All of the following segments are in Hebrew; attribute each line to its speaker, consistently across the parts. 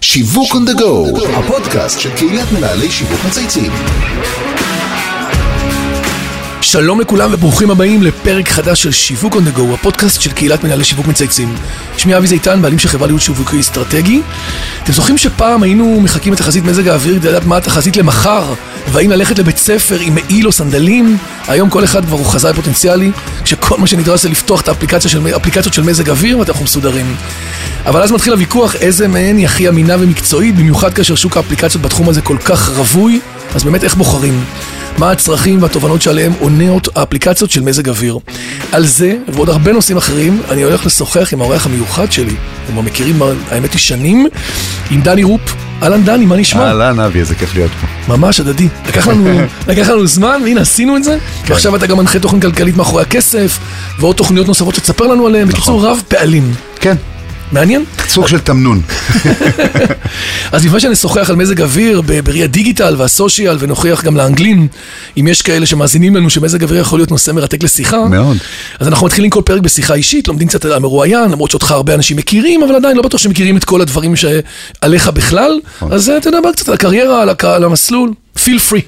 Speaker 1: שיווק on the go, הפודקאסט של קהילת מנהלי שיווק מצייצים.
Speaker 2: שלום לכולם וברוכים הבאים לפרק חדש של שיווק on the go, הפודקאסט של קהילת מנהלי שיווק מצייצים. שמי אבי זיתן, בעלים של חברה להיות שיווקי אסטרטגי. אתם זוכרים שפעם היינו מחכים את תחזית מזג האוויר כדי לדעת מה התחזית למחר, והאם ללכת לבית ספר עם מעיל או סנדלים? היום כל אחד כבר הוא חזאי פוטנציאלי, כשכל מה שנדרש זה לפתוח את האפליקציה של, אפליקציות של מזג אוויר ואנחנו מסודרים. אבל אז מתחיל הוויכוח איזה מהן היא הכי אמינה ומקצועית, במיוחד כאשר שוק האפליקציות בתחום הזה כל כך רווי, אז באמת איך בוחרים? מה הצרכים והתובנות שעליהם עונות האפליקציות של מזג אוויר. על זה ועוד הרבה נושאים אחרים אני הולך לשוחח עם האורח המיוחד שלי, הם כבר מכירים, האמת היא, שנים, עם דני רופ. אהלן דני, מה נשמע?
Speaker 3: אהלן אבי, איזה כיף להיות פה.
Speaker 2: ממש הדדי. לקח לנו, לקח לנו זמן, והנה עשינו את זה. כן. ועכשיו אתה גם מנחה תוכנית כלכלית מאחורי הכסף, ועוד תוכניות נוספות שתספר לנו עליהן. בקיצור, רב פעלים.
Speaker 3: כן,
Speaker 2: מעניין?
Speaker 3: סוג של תמנון.
Speaker 2: אז לפני שנשוחח על מזג אוויר ב- בראי הדיגיטל והסושיאל ונוכיח גם לאנגלים, אם יש כאלה שמאזינים לנו שמזג אוויר יכול להיות נושא מרתק לשיחה,
Speaker 3: מאוד.
Speaker 2: אז אנחנו מתחילים כל פרק בשיחה אישית, לומדים קצת על המרואיין, למרות שאותך הרבה אנשים מכירים, אבל עדיין לא בטוח שמכירים את כל הדברים שעליך בכלל,
Speaker 3: נכון.
Speaker 2: אז אה, אתה יודע מה, קצת על הקריירה, על, הק... על המסלול, feel free.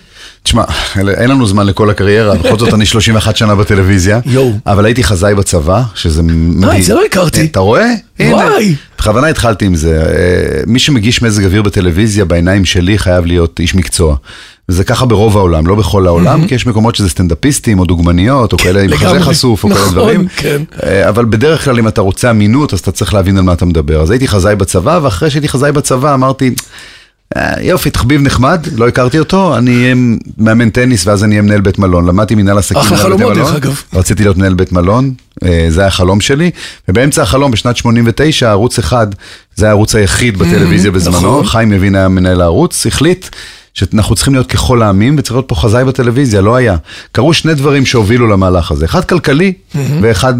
Speaker 3: תשמע, אלה- אין לנו זמן לכל הקריירה, בכל זאת אני 31 שנה בטלוויזיה.
Speaker 2: יואו.
Speaker 3: אבל הייתי חזאי בצבא, שזה מדהים.
Speaker 2: זה לא הכרתי.
Speaker 3: אתה רואה? הנה.
Speaker 2: וואי.
Speaker 3: בכוונה התחלתי עם זה. אה, מי שמגיש מזג אוויר בטלוויזיה, בעיניים שלי חייב להיות איש מקצוע. וזה ככה ברוב העולם, לא בכל העולם, כי יש מקומות שזה סטנדאפיסטים, או דוגמניות, או כאלה עם חזה
Speaker 2: כן, לגמרי.
Speaker 3: חשוף, או כאלה
Speaker 2: נכון,
Speaker 3: דברים.
Speaker 2: כן.
Speaker 3: אה, אבל בדרך כלל אם אתה רוצה אמינות, אז אתה צריך להבין על מה אתה מדבר. אז הייתי חזאי בצבא, ואחרי שהייתי חזאי בצבא אמרתי, "אה, יופי, תחביב נחמד, לא הכרתי אותו, אני אהיה מאמן טניס ואז אני אהיה מנהל בית מלון. למדתי מנהל עסקים.
Speaker 2: אחלה
Speaker 3: מנהל בתי
Speaker 2: חלומות,
Speaker 3: מלון.
Speaker 2: דרך אגב.
Speaker 3: רציתי להיות מנהל בית מלון, אה, זה היה החלום שלי, ובאמצע החלום בשנת 89, ערוץ אחד, זה היה הערוץ היחיד בטלוויזיה בזמנו,
Speaker 2: נכון.
Speaker 3: חיים יבין היה מנהל הערוץ, החליט שאנחנו צריכים להיות ככל העמים וצריך להיות פה חזאי בטלוויזיה, לא היה. קרו שני דברים שהובילו למהלך הזה, אחד כלכלי
Speaker 2: Mm-hmm.
Speaker 3: ואחד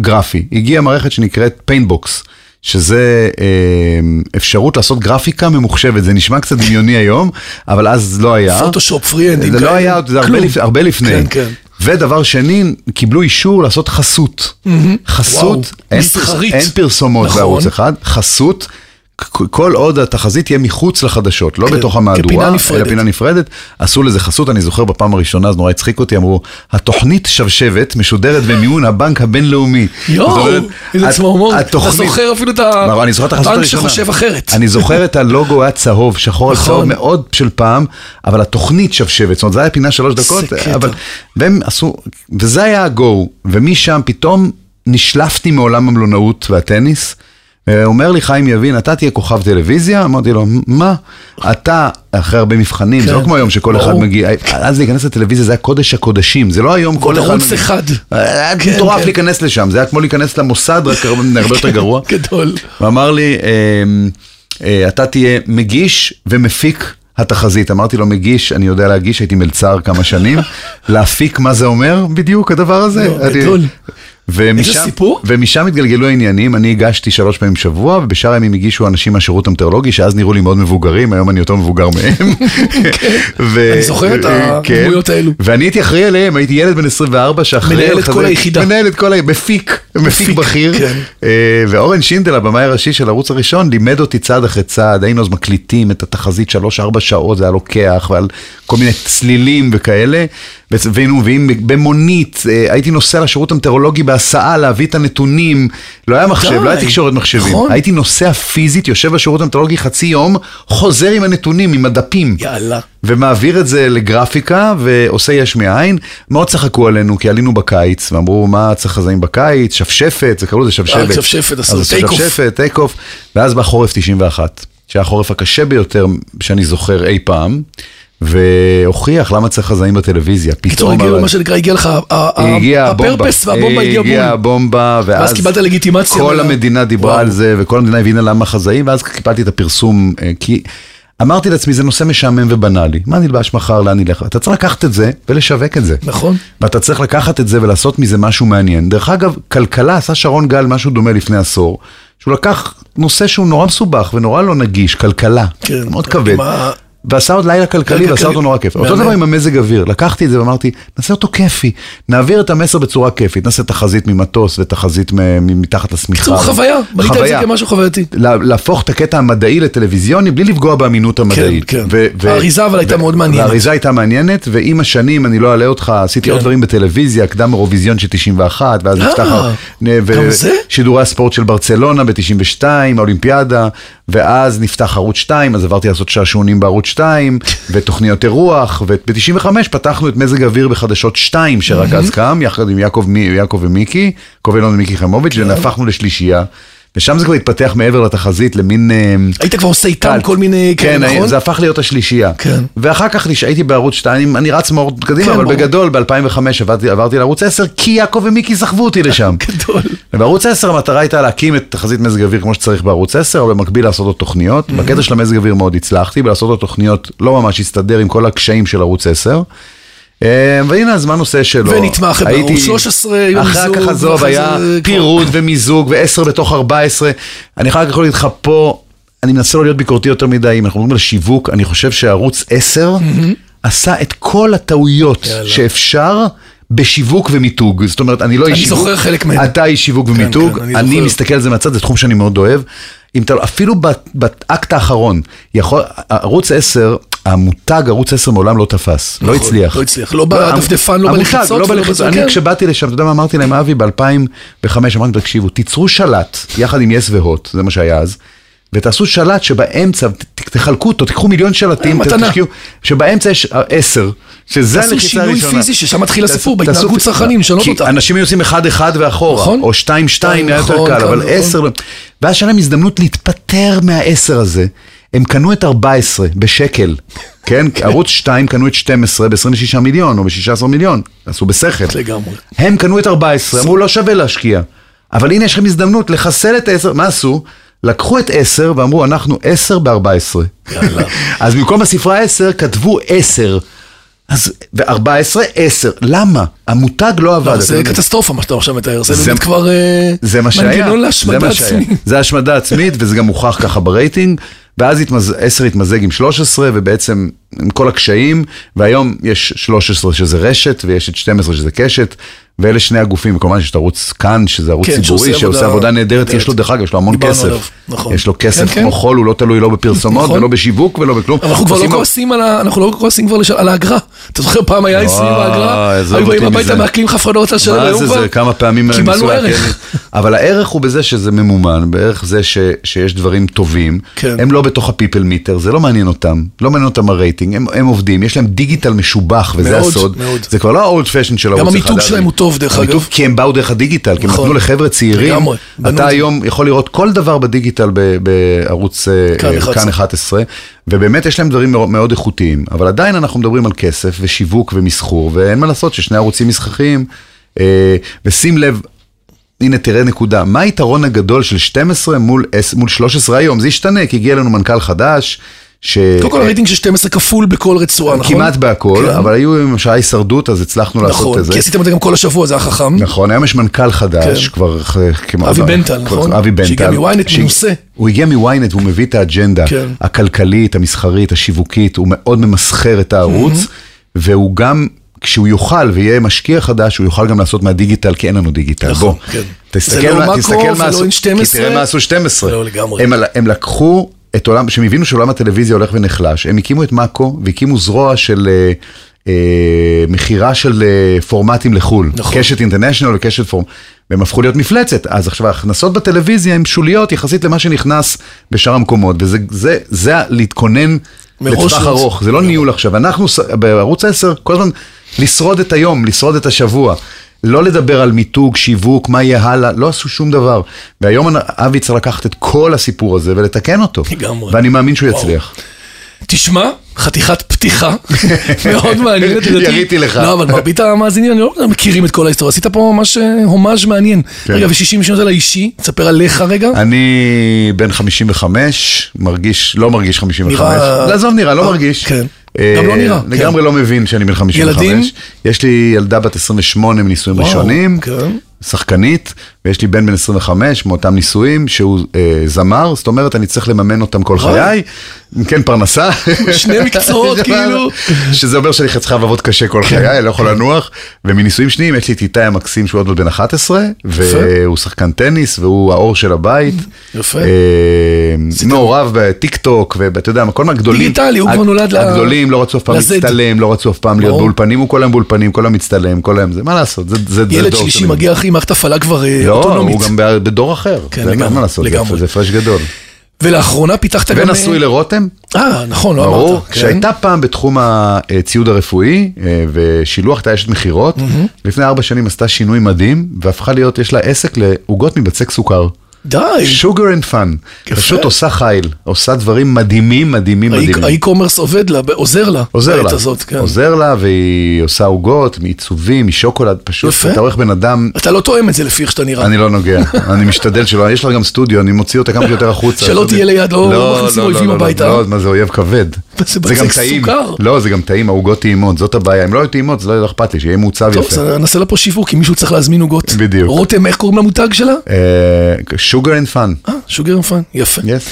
Speaker 3: גרפי. הגיעה מערכת שנקראת פיינבוקס. שזה אה, אפשרות לעשות גרפיקה ממוחשבת, זה נשמע קצת דמיוני היום, אבל אז לא היה.
Speaker 2: פוטושופ, פרי-אנדים
Speaker 3: זה לא
Speaker 2: כאלה.
Speaker 3: היה, זה הרבה
Speaker 2: כלום.
Speaker 3: לפ- הרבה לפני.
Speaker 2: כן, כן.
Speaker 3: ודבר שני, קיבלו אישור לעשות חסות.
Speaker 2: וואו,
Speaker 3: חסות, אין,
Speaker 2: מסחרית.
Speaker 3: פרס, אין פרסומות
Speaker 2: נכון.
Speaker 3: בערוץ אחד, חסות. כ- כל עוד התחזית תהיה מחוץ לחדשות, לא
Speaker 2: כן,
Speaker 3: בתוך המהדורה,
Speaker 2: כפינה
Speaker 3: אלא
Speaker 2: נפרדת.
Speaker 3: פינה נפרדת, עשו לזה חסות, אני זוכר בפעם הראשונה, זה נורא הצחיק אותי, אמרו, התוכנית שבשבת משודרת במימון הבנק הבינלאומי. זאת
Speaker 2: יואו,
Speaker 3: אומרת,
Speaker 2: איזה
Speaker 3: הת-
Speaker 2: צמרמורת. אתה
Speaker 3: התוכנית-
Speaker 2: זוכר אפילו את
Speaker 3: לא, אני זוכר את החסות
Speaker 2: הבנק
Speaker 3: הראשונה.
Speaker 2: שחושב אחרת.
Speaker 3: אני זוכר את הלוגו היה צהוב, שחור על
Speaker 2: נכון.
Speaker 3: צהוב מאוד של פעם, אבל התוכנית שבשבת, זאת אומרת, זה היה פינה שלוש דקות,
Speaker 2: קטע.
Speaker 3: אבל, והם עשו, וזה היה ה-go, ומשם פתאום נשלפתי מעולם המלונאות והטניס. אה, אומר לי חיים יבין, אתה תהיה כוכב טלוויזיה? אמרתי לו, מה? אתה, אחרי הרבה מבחנים, זה לא
Speaker 2: כן.
Speaker 3: כמו היום שכל אחד
Speaker 2: ברור.
Speaker 3: מגיע, אז להיכנס לטלוויזיה זה היה קודש הקודשים, זה לא היום כל
Speaker 2: עוד
Speaker 3: אחד... אה,
Speaker 2: ערוץ אחד.
Speaker 3: היה
Speaker 2: כן,
Speaker 3: מטורף
Speaker 2: כן.
Speaker 3: להיכנס לשם, זה היה כמו להיכנס למוסד, רק הרבה הרבה יותר גרוע.
Speaker 2: גדול.
Speaker 3: ואמר לי, אמ, אה, אתה תהיה מגיש ומפיק התחזית. אמרתי לו, מגיש, אני יודע להגיש, הייתי מלצר כמה שנים. להפיק, מה זה אומר בדיוק הדבר הזה?
Speaker 2: לא,
Speaker 3: אני-
Speaker 2: גדול.
Speaker 3: ומשם,
Speaker 2: איזה סיפור.
Speaker 3: ומשם התגלגלו העניינים, אני הגשתי שלוש פעמים בשבוע, ובשאר הימים הגישו אנשים מהשירות המטאורולוגי, שאז נראו לי מאוד מבוגרים, היום אני יותר מבוגר מהם. ו-
Speaker 2: כן. אני זוכר את
Speaker 3: אה, כן.
Speaker 2: הדמויות האלו.
Speaker 3: ואני הייתי אחראי עליהם, הייתי ילד בן 24 שאחראי...
Speaker 2: מנהל
Speaker 3: על
Speaker 2: את כל
Speaker 3: חזה-
Speaker 2: היחידה.
Speaker 3: מנהל את כל ה... מפיק, מפיק
Speaker 2: מפיק,
Speaker 3: בכיר.
Speaker 2: כן.
Speaker 3: אה, ואורן שינדל, הבמאי הראשי של הערוץ הראשון, לימד אותי צעד אחרי צעד, היינו אז מקליטים את התחזית 3-4 שעות, זה היה לוקח, ועל כל מיני צלילים וכאלה, וצ- והיינו מביאים במונית, אה, הייתי נוסע לשירות המטאורולוגי בהסעה להביא את הנתונים, לא היה מחשב,
Speaker 2: די.
Speaker 3: לא היה תקשורת מחשבים,
Speaker 2: נכון.
Speaker 3: הייתי נוסע פיזית, יושב בשירות המטאורולוגי חצי יום, חוזר עם הנתונים, עם הדפים.
Speaker 2: יאללה.
Speaker 3: ומעביר את זה לגרפיקה ועושה יש מאין. מאוד צחקו עלינו, כי עלינו בקיץ, ואמרו, מה צריך חזאים בקיץ? שפשפת, זה קראו לזה
Speaker 2: אה,
Speaker 3: שבשבת.
Speaker 2: שפשפת, עשו
Speaker 3: אז
Speaker 2: take off.
Speaker 3: שפשפת, טייק אוף. ואז בא חורף 91, שהיה החורף הקשה ביותר שאני זוכר אי פעם, והוכיח למה צריך חזאים בטלוויזיה.
Speaker 2: קיצור,
Speaker 3: פתאום...
Speaker 2: הגיע
Speaker 3: אבל-
Speaker 2: מה שנקרא, הגיע לך, ה- ה-
Speaker 3: הגיעה הבומבה.
Speaker 2: הפרפס והבומבה הגיע בול.
Speaker 3: הגיעה הבומבה, ואז...
Speaker 2: ואז קיבלת לגיטימציה.
Speaker 3: כל
Speaker 2: מה-
Speaker 3: המדינה דיברה
Speaker 2: וואו.
Speaker 3: על זה, וכל המדינה הבינה למה חזאים, ואז קיבלתי את הפרסום, אה, כי... אמרתי לעצמי, זה נושא משעמם ובנאלי, מה נלבש מחר, לאן נלך? אתה צריך לקחת את זה ולשווק את זה.
Speaker 2: נכון.
Speaker 3: ואתה צריך לקחת את זה ולעשות מזה משהו מעניין. דרך אגב, כלכלה עשה שרון גל משהו דומה לפני עשור, שהוא לקח נושא שהוא נורא מסובך ונורא לא נגיש, כלכלה.
Speaker 2: כן.
Speaker 3: מאוד כבד.
Speaker 2: עם ה-
Speaker 3: ועשה עוד לילה כלכלי
Speaker 2: לילה
Speaker 3: ועשה
Speaker 2: כלכלי.
Speaker 3: אותו נורא כיף. אותו
Speaker 2: מהמם.
Speaker 3: דבר עם המזג אוויר, לקחתי את זה ואמרתי, נעשה אותו כיפי, נעביר את המסר בצורה כיפית, נעשה תחזית ממטוס ותחזית מ- מ- מתחת לשמיכה.
Speaker 2: בקיצור, חוויה. בנית את זה
Speaker 3: חוויה.
Speaker 2: כמשהו חווייתי.
Speaker 3: לה- להפוך את הקטע המדעי לטלוויזיוני בלי לפגוע באמינות המדעית.
Speaker 2: כן.
Speaker 3: ו- ו-
Speaker 2: האריזה אבל הייתה
Speaker 3: ו-
Speaker 2: מאוד מעניינת.
Speaker 3: והאריזה הייתה מעניינת, ועם השנים, אני לא אלאה אותך, עשיתי
Speaker 2: כן.
Speaker 3: עוד דברים בטלוויזיה, קדם אירוויזיון של 91, ואז
Speaker 2: אה,
Speaker 3: נפתח... ה- נ- ו-
Speaker 2: גם זה?
Speaker 3: שידורי הספורט של ברצלונה ב-92, האולימפיאדה, ואז נפתח ערוץ 2, אז עברתי לעשות שעשועונים בערוץ 2, ותוכניות אירוח, וב-95 פתחנו את מזג אוויר בחדשות 2, שרק אז קם, יחד עם יעקב, מי- יעקב ומיקי, יעקב אילון ומיקי חיימוביץ',
Speaker 2: כן.
Speaker 3: והפכנו לשלישייה. ושם זה כבר התפתח מעבר לתחזית למין... אה,
Speaker 2: היית כבר עושה איתם
Speaker 3: קלט.
Speaker 2: כל מיני
Speaker 3: כן,
Speaker 2: כאלה, נכון?
Speaker 3: זה הפך להיות השלישייה.
Speaker 2: כן.
Speaker 3: ואחר כך נש- הייתי בערוץ 2, אני רץ מאוד
Speaker 2: כן,
Speaker 3: קדימה, אבל
Speaker 2: ברור.
Speaker 3: בגדול ב-2005 עברתי לערוץ 10, כי יעקב ומיקי סחבו אותי לשם.
Speaker 2: גדול.
Speaker 3: ובערוץ 10 המטרה הייתה להקים את תחזית מזג אוויר כמו שצריך בערוץ 10, אבל במקביל לעשות עוד
Speaker 2: Mm-hmm.
Speaker 3: תוכניות. בקטע של המזג אוויר מאוד הצלחתי, בלעשות עוד תוכניות לא ממש הסתדר עם כל הקשיים של ערוץ 10. אה, והנה הזמן עושה שלו.
Speaker 2: ונתמך בערוץ
Speaker 3: הייתי-
Speaker 2: 13 עם
Speaker 3: אחר
Speaker 2: המיזוג,
Speaker 3: כך עזוב,
Speaker 2: ואחרי
Speaker 3: היה
Speaker 2: זה-
Speaker 3: פירוד ומיזוג ועשר בתוך 14. אני אחר כך יכול להגיד לך פה, אני מנסה לא להיות ביקורתי יותר מדי, אם אנחנו מדברים על שיווק, אני חושב שערוץ 10 עשה את כל הטעויות
Speaker 2: Mm-hmm. יאללה.
Speaker 3: שאפשר. בשיווק ומיתוג, זאת אומרת, אני לא איש
Speaker 2: אני
Speaker 3: שיווק,
Speaker 2: זוכר חלק מהם.
Speaker 3: אתה איש שיווק ומיתוג,
Speaker 2: כן, אני
Speaker 3: אני, אני
Speaker 2: זוכר.
Speaker 3: מסתכל על זה מהצד, זה תחום שאני מאוד אוהב. אם אתה, לא- אפילו בת- באקט האחרון, יכול, ערוץ 10, המותג ערוץ 10 מעולם לא תפס, לא הצליח.
Speaker 2: לא הצליח, לא בדפדפן, לא
Speaker 3: המותג,
Speaker 2: בלחיצות
Speaker 3: לא
Speaker 2: ולא
Speaker 3: בלחיצות.
Speaker 2: בזה,
Speaker 3: אני
Speaker 2: כן.
Speaker 3: כשבאתי לשם, אתה יודע מה אמרתי להם, אבי, ב-2005, אמרתי, תקשיבו, תיצרו שלט, יחד עם יס והוט, זה מה שהיה אז, ותעשו שלט שבאמצע, ת- תחלקו אותו, תיקחו מיליון שלטים,
Speaker 2: מתנה.
Speaker 3: תשקיעו, שבאמצע יש אה, עשר, שזה
Speaker 2: תעשו
Speaker 3: הלחיצה
Speaker 2: שינוי
Speaker 3: הראשונה.
Speaker 2: פיזי, ששם מתחיל
Speaker 3: תעשו-
Speaker 2: הסיפור,
Speaker 3: תעשו-
Speaker 2: בהתנהגות צרכנים, לשנות
Speaker 3: כי
Speaker 2: אותה.
Speaker 3: אנשים היו עושים אחד אחד ואחורה,
Speaker 2: נכון.
Speaker 3: או שתיים שתיים היה יותר
Speaker 2: נכון,
Speaker 3: קל,
Speaker 2: כן,
Speaker 3: אבל
Speaker 2: נכון.
Speaker 3: עשר, לא. ואז שהיה להם הזדמנות להתפטר מהעשר הזה. הם קנו את 14 בשקל, כן? ערוץ 2 קנו את 12 ב-26 מיליון או ב-16 מיליון, עשו בשכל.
Speaker 2: לגמרי.
Speaker 3: הם קנו את 14, אמרו לא שווה להשקיע. אבל הנה יש לכם הזדמנות לחסל את 10, מה עשו? לקחו את 10 ואמרו אנחנו 10 ב-14. אז במקום הספרה 10 כתבו 10. אז ב-14, 10. למה? המותג לא עבד.
Speaker 2: זה
Speaker 3: אתה יודע.
Speaker 2: קטסטרופה מה שאתה עכשיו מתאר, זה
Speaker 3: זה-
Speaker 2: באמת כבר אה,
Speaker 3: זה מה שהיה.
Speaker 2: מנגנון
Speaker 3: זה
Speaker 2: להשמדה
Speaker 3: מה שהיה.
Speaker 2: עצמית.
Speaker 3: זה השמדה עצמית, וזה גם הוכח ככה ברייטינג. ואז התמז... 10 התמזג עם 13, ובעצם עם כל הקשיים, והיום יש 13 שזה רשת, ויש את 12 שזה קשת, ואלה שני הגופים, וכמובן יש את ערוץ כאן, שזה ערוץ
Speaker 2: כן,
Speaker 3: ציבורי,
Speaker 2: שעושה
Speaker 3: שעושה
Speaker 2: עבודה
Speaker 3: עבודה נהדרת,
Speaker 2: נהדרת.
Speaker 3: יש לו דרך אגב, יש לו המון
Speaker 2: דיברנו עליו,
Speaker 3: כסף.
Speaker 2: נכון.
Speaker 3: יש לו כסף
Speaker 2: כן, כן.
Speaker 3: כמו חול, הוא לא תלוי לא בפרסומות,
Speaker 2: נכון.
Speaker 3: ולא בשיווק, ולא בכלום.
Speaker 2: אבל אנחנו כבר לא
Speaker 3: עושים-
Speaker 2: כועסים על ה... אנחנו לא כועסים כבר לש- על האגרה. אתה זוכר פעם היה אצלי באגרה,
Speaker 3: עזוב
Speaker 2: היו באים
Speaker 3: אותי
Speaker 2: הביתה
Speaker 3: מזה.
Speaker 2: מעקלים לך אף אחד לא רצה לשלם
Speaker 3: מה
Speaker 2: היום
Speaker 3: זה זה, כמה פעמים
Speaker 2: קיבלנו
Speaker 3: ניסו להקל
Speaker 2: ערך.
Speaker 3: לי. אבל הערך הוא בזה שזה ממומן, בערך זה ש, שיש דברים טובים.
Speaker 2: כן.
Speaker 3: הם לא בתוך הפיפל מיטר, זה לא מעניין אותם. לא מעניין אותם הרייטינג, הם, הם עובדים, יש להם דיגיטל משובח, וזה
Speaker 2: מאוד,
Speaker 3: הסוד.
Speaker 2: מאוד.
Speaker 3: זה כבר לא ה-old fashion של ערוץ אחד.
Speaker 2: המיתוג
Speaker 3: אבי.
Speaker 2: שלהם הוא טוב, דרך
Speaker 3: המיתוג,
Speaker 2: אגב.
Speaker 3: כי הם באו דרך הדיגיטל, כי הם
Speaker 2: נכון.
Speaker 3: נתנו לחבר'ה צעירים.
Speaker 2: לגמרי, בנו את
Speaker 3: אתה
Speaker 2: זה.
Speaker 3: היום יכול לראות כל דבר בדיגיטל ב- בערוץ אה,
Speaker 2: כאן
Speaker 3: אה,
Speaker 2: 11.
Speaker 3: כאן 11, ובאמת יש להם דברים מאוד- מאוד איכותיים, אבל עדיין אנחנו מדברים על כסף ושיווק ומסחור, ואין מה לעשות ששני ערוצים מסחריים, אה, ושים לב, הנה תראה נקודה, מה היתרון הגדול של 12 מול, 10 מול 13 היום? זה ישתנה, כי הגיע אלינו מנכ"ל חדש, ש...
Speaker 2: קודם כל הרייטינג של 12 כפול בכל רצועה,
Speaker 3: אה.
Speaker 2: נכון?
Speaker 3: כמעט בהכל,
Speaker 2: כן.
Speaker 3: אבל היו עם שעה הישרדות, אז הצלחנו לעשות
Speaker 2: נכון,
Speaker 3: את זה.
Speaker 2: כי עשיתם את זה גם כל השבוע, זה היה חכם.
Speaker 3: נכון, היום יש מנכ"ל חדש,
Speaker 2: Mm-hmm. כן.
Speaker 3: כבר אה, כמעט...
Speaker 2: אבי בנטל,
Speaker 3: כבר-
Speaker 2: נכון?
Speaker 3: אבי בנטל.
Speaker 2: שהגיע מ-ynet,
Speaker 3: שהג-
Speaker 2: מנוסה.
Speaker 3: הוא הגיע מ-ynet, הוא מביא את האג'נדה
Speaker 2: כן.
Speaker 3: הכלכלית, המסחרית, השיווקית, הוא מאוד ממסחר את הערוץ,
Speaker 2: Mm-hmm.
Speaker 3: והוא גם, כשהוא יוכל ויהיה משקיע חדש, הוא יוכל גם לעשות מהדיגיטל, כי אין לנו דיגיטל.
Speaker 2: נכון,
Speaker 3: בוא,
Speaker 2: כן.
Speaker 3: תסתכל
Speaker 2: זה לא
Speaker 3: מה-
Speaker 2: מקרו
Speaker 3: תסתכל מה
Speaker 2: ולא
Speaker 3: עשו-
Speaker 2: N12.
Speaker 3: כי תראה מה עשו 12.
Speaker 2: לא, לגמרי.
Speaker 3: הם, על- הם לקחו את עולם, כשהם הבינו שעולם הטלוויזיה הולך ונחלש, הם הקימו את מאקו והקימו זרוע של... אה, אה, מכירה של אה, פורמטים לחו"ל,
Speaker 2: נכון.
Speaker 3: קשת אינטרנשיונל וקשת פורמ... והם הפכו להיות מפלצת. אז עכשיו ההכנסות בטלוויזיה הן שוליות יחסית למה שנכנס בשאר המקומות, וזה זה, זה ה- להתכונן
Speaker 2: מראש
Speaker 3: לטווח
Speaker 2: לא-
Speaker 3: ארוך, זה לא ניהול עכשיו. אנחנו ס- בערוץ 10 כל הזמן לשרוד את היום, לשרוד את השבוע. לא לדבר על מיתוג, שיווק, מה יהיה הלאה, לא עשו שום דבר. והיום אנ- אבי צריך לקחת את כל הסיפור הזה ולתקן אותו.
Speaker 2: לגמרי.
Speaker 3: ואני מאמין שהוא
Speaker 2: וואו.
Speaker 3: יצליח.
Speaker 2: תשמע, חתיכת פתיחה, מאוד מעניינת. לדעתי.
Speaker 3: יריתי לך.
Speaker 2: לא, אבל מרבית המאזינים, אני לא מכירים את כל ההיסטוריה. עשית פה ממש אה, הומאז' מעניין.
Speaker 3: כן.
Speaker 2: רגע, ו-60 שניות על האישי, תספר עליך רגע.
Speaker 3: אני בן 55, מרגיש, לא מרגיש 55.
Speaker 2: נראה-
Speaker 3: לעזוב נראה, לא
Speaker 2: אה,
Speaker 3: מרגיש.
Speaker 2: כן.
Speaker 3: אה,
Speaker 2: גם לא נראה,
Speaker 3: לגמרי לא מבין שאני בן 55.
Speaker 2: ילדים?
Speaker 3: יש לי ילדה בת 28 מנישואים
Speaker 2: וואו,
Speaker 3: ראשונים,
Speaker 2: כן.
Speaker 3: שחקנית, ויש לי בן בן 25 מאותם נישואים, שהוא אה, זמר, זאת אומרת, אני צריך לממן אותם כל חיי, כן, פרנסה.
Speaker 2: שני מקצועות, כאילו.
Speaker 3: שזה אומר שאני חייב לעבוד קשה
Speaker 2: כן.
Speaker 3: כל חיי, אני לא יכול לנוח. ומנישואים שניים, יש לי את איתי המקסים, שהוא עוד מעט בן 11, והוא שחקן טניס, והוא האור של הבית.
Speaker 2: יפה.
Speaker 3: אה, מעורב בטיק טוק, ואתה יודע, כל מהגדולים.
Speaker 2: דיגיטלי, הוא כבר נולד ל-
Speaker 3: הגדולים לא רצו אף פעם
Speaker 2: לזד.
Speaker 3: להצטלם, לא רצו אף פעם להיות
Speaker 2: ברור.
Speaker 3: באולפנים, הוא כל היום באולפנים, כל היום מצטלם, כל היום זה, מה לעשות, זה זה- זה
Speaker 2: ילד
Speaker 3: דור
Speaker 2: שלישי
Speaker 3: שלם.
Speaker 2: מגיע אחי עם מערכת הפעלה כבר אה,
Speaker 3: לא,
Speaker 2: אוטונומית.
Speaker 3: הוא גם ב- בדור אחר.
Speaker 2: כן,
Speaker 3: זה אין
Speaker 2: לגמרי,
Speaker 3: מה לעשות, זה-
Speaker 2: לגמרי.
Speaker 3: זה הפרש גדול.
Speaker 2: ולאחרונה פיתחת גם...
Speaker 3: ונשוי
Speaker 2: אה,
Speaker 3: לרותם,
Speaker 2: אה, נכון, לא אמרת.
Speaker 3: ברור,
Speaker 2: כן.
Speaker 3: שהייתה פעם בתחום הציוד הרפואי אה, ושילוח, הייתה אשת מכירות, לפני ארבע שנים עשתה שינוי מדהים, והפכה להיות, יש לה עסק לעוגות מבצק סוכר.
Speaker 2: די.
Speaker 3: שוגר אנד פאן,
Speaker 2: אה. יפה.
Speaker 3: פשוט עושה חיל, עושה דברים מדהימים, מדהימים, מדהימים.
Speaker 2: האי-קומרס עובד לה, עוזר לה.
Speaker 3: עוזר
Speaker 2: בעת
Speaker 3: לה,
Speaker 2: הזאת, כן.
Speaker 3: עוזר לה והיא עושה עוגות מעיצובים, משוקולד, פשוט
Speaker 2: יפה.
Speaker 3: אתה רואה בן אדם,
Speaker 2: אתה לא תואם את זה לפי איך שאתה נראה.
Speaker 3: אני לא נוגע, אני משתדל שלא, יש לה גם סטודיו, אני מוציא אותה כמה שיותר החוצה.
Speaker 2: שלא
Speaker 3: סטודיו.
Speaker 2: תהיה ליד, לא- לא מכניסים
Speaker 3: לא,
Speaker 2: אויבים
Speaker 3: לא, לא,
Speaker 2: הביתה.
Speaker 3: לא, מה זה אויב כבד.
Speaker 2: זה בצק
Speaker 3: גם טעים,
Speaker 2: סוכר.
Speaker 3: לא, זה גם טעים, העוגות טעימות, זאת הבעיה, אם לא היו טעימות זה לא היה אכפת לי, שיהיה מעוצב
Speaker 2: טוב,
Speaker 3: יפה.
Speaker 2: אז נעשה לה פה שיווק, כי מישהו צריך להזמין עוגות.
Speaker 3: בדיוק. אה,
Speaker 2: רותם, איך קוראים למותג שלה?
Speaker 3: שוגר אנד פאן.
Speaker 2: אה, שוגר פאן, יפה.
Speaker 3: יס.